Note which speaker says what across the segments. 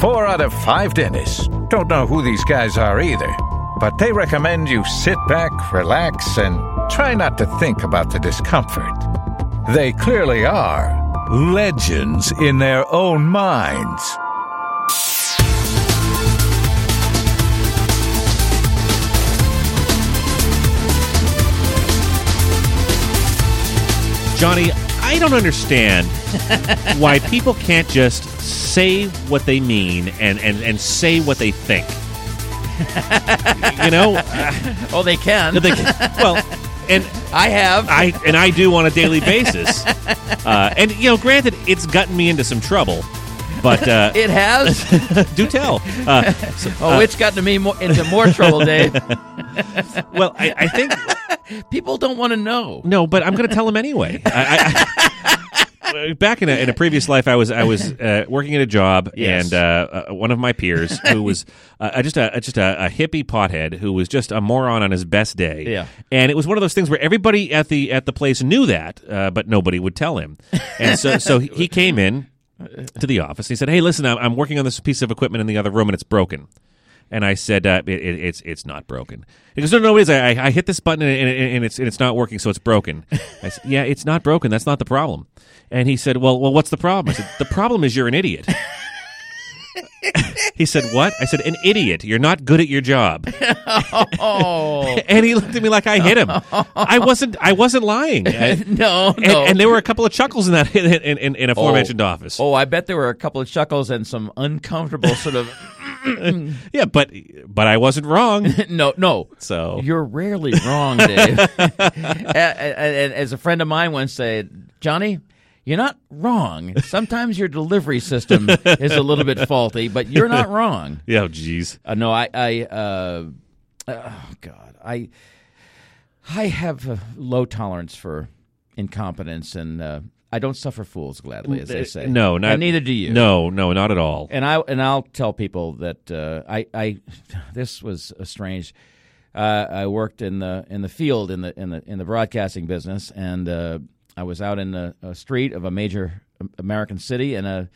Speaker 1: Four out of five dentists don't know who these guys are either, but they recommend you sit back, relax, and try not to think about the discomfort. They clearly are legends in their own minds.
Speaker 2: Johnny, I don't understand why people can't just say what they mean and, and, and say what they think. you know,
Speaker 3: Oh, they can.
Speaker 2: They can- well, and
Speaker 3: I have.
Speaker 2: I and I do on a daily basis. Uh, and you know, granted, it's gotten me into some trouble, but uh,
Speaker 3: it has.
Speaker 2: do tell. Uh, so-
Speaker 3: Oh, it's gotten me more, into more trouble, Dave.
Speaker 2: well, I, I think
Speaker 3: People don't want to know.
Speaker 2: no, but I'm going to tell him anyway. I, I, I- back in a, in a previous life, I was I was uh, working at a job,
Speaker 3: Yes.
Speaker 2: and uh, uh, one of my peers who was uh, just a just a, a hippie pothead who was just a moron on his best day.
Speaker 3: Yeah.
Speaker 2: and it was one of those things where everybody at the at the place knew that, uh, but nobody would tell him. And so so he- he came in to the office. He said, "Hey, listen, I'm, I'm working on this piece of equipment in the other room, and it's broken." And I said, uh, it, it, "It's it's not broken." He goes, "No, no, it is. I, I I hit this button and, and, and it's and it's not working, so it's broken." I said, "Yeah, it's not broken. That's not the problem." And he said, "Well, well, what's the problem?" I said, "The problem is you're an idiot." he said, "What?" I said, "An idiot. You're not good at your job."
Speaker 3: Oh
Speaker 2: And he looked at me like I hit him. I wasn't. I wasn't lying. I-
Speaker 3: no, no.
Speaker 2: and, and there were a couple of chuckles in that in, in, in aforementioned office.
Speaker 3: Oh, I bet there were a couple of chuckles and some uncomfortable sort of.
Speaker 2: Yeah, but but I wasn't wrong.
Speaker 3: no, no.
Speaker 2: So
Speaker 3: You're rarely wrong, Dave. A- a- and as a friend of mine once said, Johnny, you're not wrong. Sometimes your delivery system is a little bit faulty, but you're not wrong.
Speaker 2: yeah, oh, jeez.
Speaker 3: Uh, no, I, I, uh, oh God, I, I have a low tolerance for incompetence, and uh, I don't suffer fools gladly, as they say.
Speaker 2: Mm, No, not,
Speaker 3: and neither do you.
Speaker 2: No, no, not at all.
Speaker 3: and I and I'll tell people that uh, I, I, this was a strange. Uh, I worked in the in the field in the in the in the broadcasting business, and uh, I was out in a, a street of a major American city, and a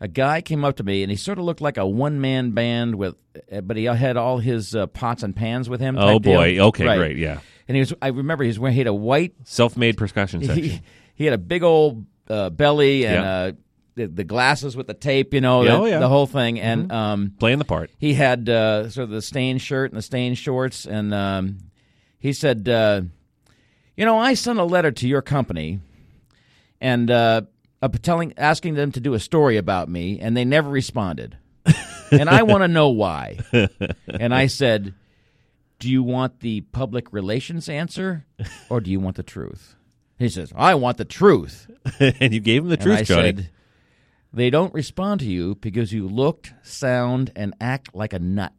Speaker 3: a guy came up to me, and he sort of looked like a one man band with, eh, but he had all his uh, pots and pans with him.
Speaker 2: Oh,
Speaker 3: type deal.
Speaker 2: boy. Okay, great, yeah.
Speaker 3: And he was. I remember he was wearing he had a white
Speaker 2: Self-made percussion section.
Speaker 3: he, he had a big old uh, belly and
Speaker 2: Yeah.
Speaker 3: uh, the, the glasses with the tape, you know,
Speaker 2: Yeah,
Speaker 3: the,
Speaker 2: oh, yeah.
Speaker 3: the whole thing. And um,
Speaker 2: Playing the part.
Speaker 3: he had uh, sort of the stained shirt and the stained shorts. And um, he said, uh, You know, I sent a letter to your company and uh, uh, telling, asking them to do a story about me, and they never responded. and I want to know why. And I said, Do you want the public relations answer or do you want the truth? He says, I want the truth.
Speaker 2: and you gave him the
Speaker 3: And
Speaker 2: truth,
Speaker 3: I
Speaker 2: Johnny.
Speaker 3: said, they don't respond to you because you looked, sound, and act like a nut.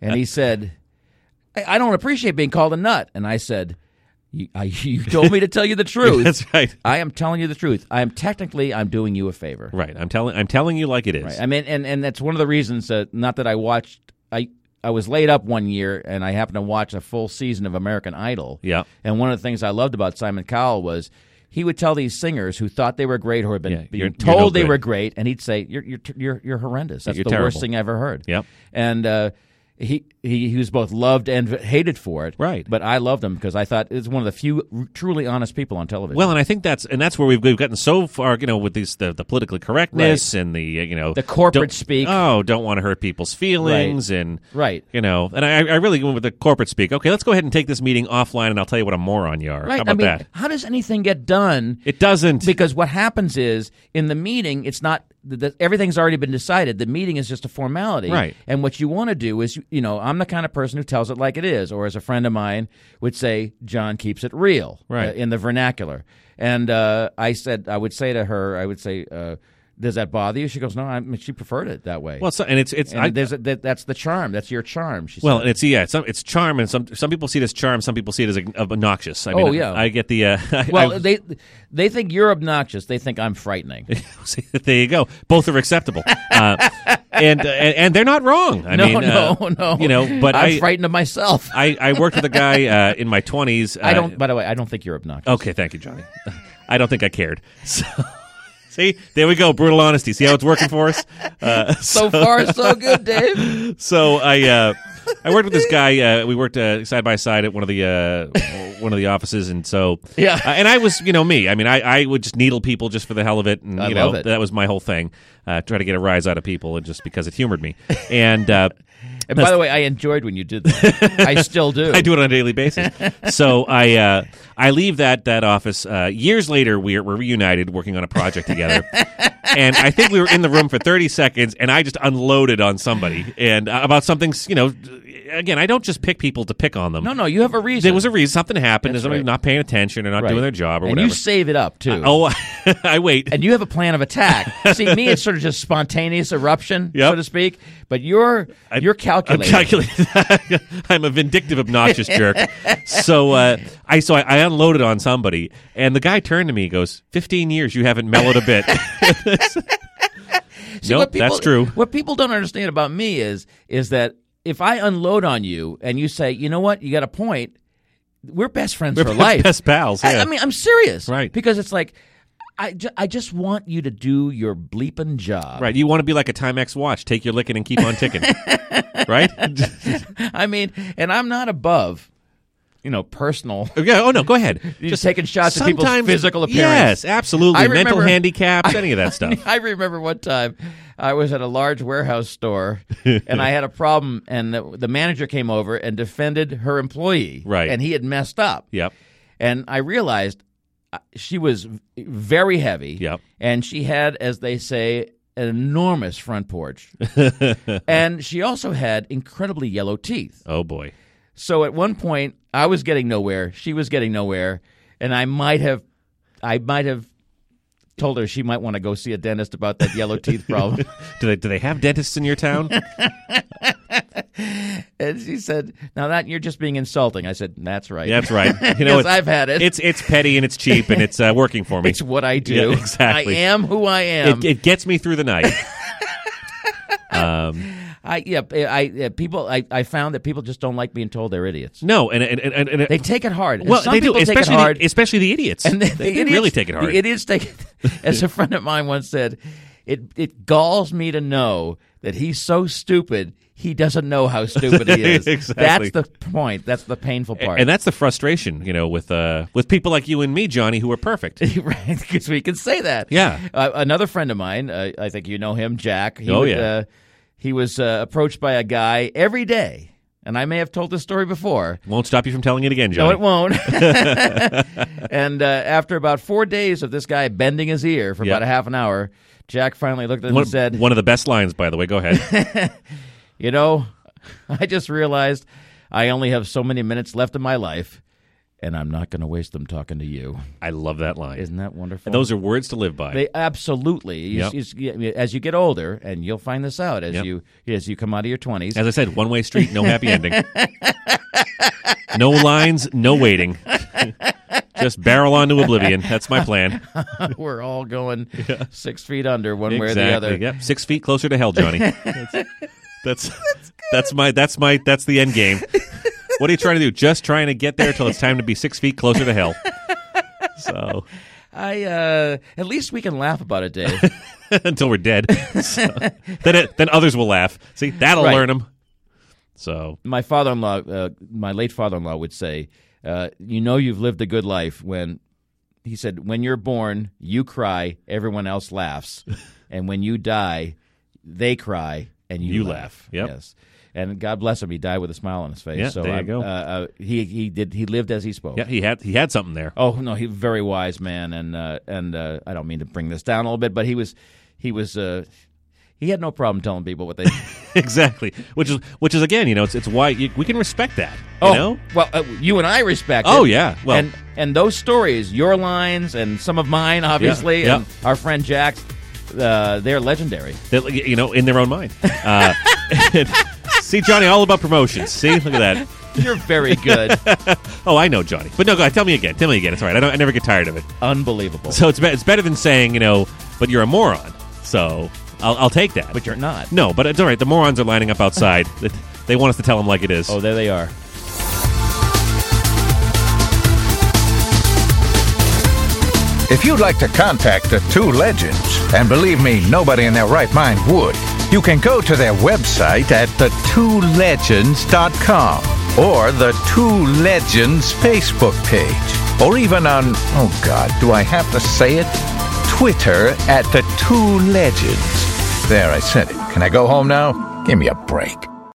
Speaker 3: and he said, I, I don't appreciate being called a nut. And I said, you, I, you told me to tell you the truth.
Speaker 2: That's right.
Speaker 3: I am telling you the truth. I am technically, I'm doing you a favor.
Speaker 2: Right. I'm telling I'm telling you like it is.
Speaker 3: Right. I mean, and, and that's one of the reasons that not that I watched, I, I was laid up one year and I happened to watch a full season of American Idol.
Speaker 2: Yeah.
Speaker 3: And one of the things I loved about Simon Cowell was he would tell these singers who thought they were great, who had been
Speaker 2: Yeah,
Speaker 3: being
Speaker 2: you're- you're
Speaker 3: told
Speaker 2: no
Speaker 3: they
Speaker 2: good.
Speaker 3: were great, and he'd say, "You're you're you're, you're horrendous. That's
Speaker 2: You're
Speaker 3: the
Speaker 2: terrible."
Speaker 3: worst thing I ever heard."
Speaker 2: Yep.
Speaker 3: And uh, he he he was both loved and hated for it.
Speaker 2: Right.
Speaker 3: But I loved him because I thought it was one of the few r- truly honest people on television.
Speaker 2: Well, and I think that's and that's where we've, we've gotten so far, you know, with these the, the political correctness and the uh, you know
Speaker 3: The corporate
Speaker 2: don't-
Speaker 3: speak.
Speaker 2: Oh, don't want to hurt people's feelings and
Speaker 3: Right.
Speaker 2: you know. And I, I really went with the corporate speak. Okay, let's go ahead and take this meeting offline, and I'll tell you what a moron you are.
Speaker 3: right.
Speaker 2: How about
Speaker 3: I mean,
Speaker 2: that?
Speaker 3: how does anything get done?
Speaker 2: It doesn't.
Speaker 3: because what happens is in the meeting it's not the, the, everything's already been decided the meeting is just a formality
Speaker 2: Right.
Speaker 3: and what you want to do is you, you know i'm the kind of person who tells it like it is or as a friend of mine would say john keeps it real
Speaker 2: Right.
Speaker 3: uh, in the vernacular and uh, i said i would say to her i would say uh, does that bother you she goes no i mean, she preferred it that way
Speaker 2: well, so, and it's it's
Speaker 3: and
Speaker 2: I,
Speaker 3: there's a, that, that's the charm that's your charm she
Speaker 2: Well,
Speaker 3: said.
Speaker 2: and it's yeah, it's, it's charm, and some some people see it as charm, some people see it as ag- obnoxious. I mean,
Speaker 3: Oh, yeah.
Speaker 2: I, get the uh, I,
Speaker 3: well,
Speaker 2: I-
Speaker 3: they they think you're obnoxious. They think I'm frightening.
Speaker 2: see, there you go. Both are acceptable, uh, and, uh, and and they're not wrong. I
Speaker 3: no,
Speaker 2: mean,
Speaker 3: no,
Speaker 2: uh,
Speaker 3: no.
Speaker 2: you know, but
Speaker 3: I'm
Speaker 2: I
Speaker 3: frightened of myself.
Speaker 2: I, I worked with a guy uh, in my twenties. Uh, Oh.
Speaker 3: I don't. By the way, I don't think you're obnoxious.
Speaker 2: Okay, thank you, Johnny. I don't think I cared. So, See, there we go. Brutal honesty. See how it's working for us. Uh,
Speaker 3: So far, so good, Dave.
Speaker 2: so I uh, I worked with this guy. Uh, we worked uh, side by side at one of the uh, one of the offices, and so
Speaker 3: Yeah.
Speaker 2: Uh, and I was you know me. I mean, I, I would just needle people just for the hell of it, and
Speaker 3: I
Speaker 2: you know
Speaker 3: love it.
Speaker 2: that was my whole thing. Uh, try to get a rise out of people, and just because it humored me, and. Uh,
Speaker 3: And by the way, I enjoyed when you did that. I still do.
Speaker 2: I do it on a daily basis. so I uh, I leave that that office uh, years later. We're, we're reunited, working on a project together, and I think we were in the room for thirty seconds, and I just unloaded on somebody and uh, about something. You know, again, I don't just pick people to pick on them.
Speaker 3: No, no, you have a reason.
Speaker 2: There was a reason something happened. There's somebody
Speaker 3: right.
Speaker 2: not paying attention or not
Speaker 3: Right.
Speaker 2: doing their job or
Speaker 3: and
Speaker 2: whatever.
Speaker 3: you save it up too.
Speaker 2: oh, I wait.
Speaker 3: and you have a plan of attack. See, me, it's sort of just spontaneous eruption,
Speaker 2: Yep.
Speaker 3: so to speak. But you're you're
Speaker 2: I'm
Speaker 3: calculating.
Speaker 2: calculating. I'm a vindictive, obnoxious jerk. So uh, I so I, I unloaded on somebody, and the guy turned to me, and goes, "15 years, you haven't mellowed a bit."
Speaker 3: See,
Speaker 2: nope,
Speaker 3: what people,
Speaker 2: that's true.
Speaker 3: What people don't understand about me is is that if I unload on you and you say, you know what, you got a point, we're best friends for life.
Speaker 2: Best pals.
Speaker 3: I,
Speaker 2: yeah.
Speaker 3: I mean, I'm serious,
Speaker 2: Right.
Speaker 3: Because it's like, I, ju- I just want you to do your bleeping job.
Speaker 2: right. You want to be like a Timex watch, take your licking and keep on ticking. right?
Speaker 3: I mean, and I'm not above, you know, personal.
Speaker 2: yeah. Oh no. Go ahead.
Speaker 3: You're taking shots at people's
Speaker 2: sometimes-
Speaker 3: physical appearance.
Speaker 2: Yes, absolutely.
Speaker 3: I
Speaker 2: Mental
Speaker 3: remember-
Speaker 2: handicaps, any of that stuff.
Speaker 3: I remember one time I was at a large warehouse store and I had a problem, and the, the manager came over and defended her employee.
Speaker 2: Right.
Speaker 3: And he had messed up.
Speaker 2: Yep.
Speaker 3: And I realized uh, she was v- very heavy.
Speaker 2: Yep.
Speaker 3: And she had, as they say, an enormous front porch. and she also had incredibly yellow teeth.
Speaker 2: Oh boy.
Speaker 3: So at one point, I was getting nowhere. She was getting nowhere, and I might have, I might have told her she might want to go see a dentist about that yellow teeth problem.
Speaker 2: Do they do they have dentists in your town?
Speaker 3: And she said, "Now that you're just being insulting." I said, "That's right.
Speaker 2: That's right. You know,
Speaker 3: 'Cause
Speaker 2: it's-
Speaker 3: I've had it.
Speaker 2: It's it's petty and it's cheap and it's uh, working for me.
Speaker 3: It's what I do.
Speaker 2: Yeah, exactly.
Speaker 3: I am who I am.
Speaker 2: it, it gets me through the night.
Speaker 3: I yeah. I yeah, people. I, I found that people just don't like being told they're idiots.
Speaker 2: No, and and and, and
Speaker 3: They take it hard. And
Speaker 2: well,
Speaker 3: some
Speaker 2: they do,
Speaker 3: people
Speaker 2: especially
Speaker 3: take it hard.
Speaker 2: the, especially the idiots.
Speaker 3: And the,
Speaker 2: they,
Speaker 3: the
Speaker 2: they
Speaker 3: idiots,
Speaker 2: really take it hard.
Speaker 3: The idiots take it. As a friend of mine once said, it it galls me to know that he's so stupid he doesn't know how stupid he is.
Speaker 2: Exactly.
Speaker 3: That's the point. That's the painful part.
Speaker 2: and that's the frustration, you know, with uh, with people like you and me, Johnny, who are perfect.
Speaker 3: right? Because we can say that.
Speaker 2: Yeah.
Speaker 3: Uh, another friend of mine, uh, I think you know him, Jack. He
Speaker 2: Oh,
Speaker 3: would,
Speaker 2: yeah.
Speaker 3: Uh, he was uh, approached by a guy every day, and I may have told this story before.
Speaker 2: Won't stop you from telling it again,
Speaker 3: No,
Speaker 2: Johnny.
Speaker 3: it won't. and uh, after about four days of this guy bending his ear for
Speaker 2: Yeah.
Speaker 3: about a half an hour, Jack finally looked at him
Speaker 2: one,
Speaker 3: and said,
Speaker 2: one of the best lines, by the way. Go ahead.
Speaker 3: You know, I just realized I only have so many minutes left in my life, and I'm not going to waste them talking to you.
Speaker 2: I love that line.
Speaker 3: Isn't that wonderful?
Speaker 2: Those are words to live by.
Speaker 3: They absolutely. You-
Speaker 2: Yep.
Speaker 3: you- you- as you get older, and you'll find this out as
Speaker 2: Yep.
Speaker 3: you as you come out of your twenties.
Speaker 2: As I said, one way street, no happy ending. no lines, no waiting. Just barrel on to oblivion. That's my plan.
Speaker 3: We're all going six feet under, one way or the other.
Speaker 2: Yep. Six feet closer to hell, Johnny. That's that's, that's my that's my that's the end game. What are you trying to do? Just trying to get there till it's time to be six feet closer to hell. So
Speaker 3: I uh, at least we can laugh about it, Dave.
Speaker 2: until we're dead, So, then it, then others will laugh. See, that'll 'em.
Speaker 3: Right.
Speaker 2: learn them. So
Speaker 3: my father-in-law, uh, my late father-in-law would say, uh, "You know, you've lived a good life when," he said, "when you're born, you cry, everyone else laughs, and when you die, they cry and you,
Speaker 2: You laugh.
Speaker 3: laugh."
Speaker 2: Yep.
Speaker 3: Yes. And God bless him; he died with a smile on his face.
Speaker 2: Yeah,
Speaker 3: so
Speaker 2: there you
Speaker 3: I'm,
Speaker 2: go.
Speaker 3: Uh, uh, he he did he lived as he spoke.
Speaker 2: yeah, he had he had something there.
Speaker 3: Oh no, he very wise man, and uh, and uh, I don't mean to bring this down a little bit, but he was he was uh, he had no problem telling people what they.
Speaker 2: exactly. Which is which is again, you know, it's it's why you, we can respect that. You
Speaker 3: Oh
Speaker 2: know?
Speaker 3: well, uh, you and I respect.
Speaker 2: Oh
Speaker 3: it.
Speaker 2: yeah. Well,
Speaker 3: and and those stories, your lines and some of mine, obviously,
Speaker 2: yeah.
Speaker 3: and our friend Jack's, uh, they're legendary.
Speaker 2: that, like, you know, in their own mind. Uh, see, Johnny, all about promotions. See, look at that.
Speaker 3: You're very good,
Speaker 2: Oh, I know Johnny, but no, go ahead. Tell me again. Tell me again. It's all right. I don't. I never get tired of it.
Speaker 3: unbelievable.
Speaker 2: So it's be- it's better than saying you know, but you're a moron. So I'll, I'll take that.
Speaker 3: But you're not.
Speaker 2: No, but it's all right. The morons are lining up outside. They- they want us to tell them like it is.
Speaker 3: Oh, there they are.
Speaker 1: If you'd like to contact the two legends, and believe me, nobody in their right mind would, you can go to their website at thetwolegends.com or the Two Legends Facebook page, or even on, oh God, do I have to say it? Twitter at the Two Legends. There, I said it. Can I go home now? Give me a break.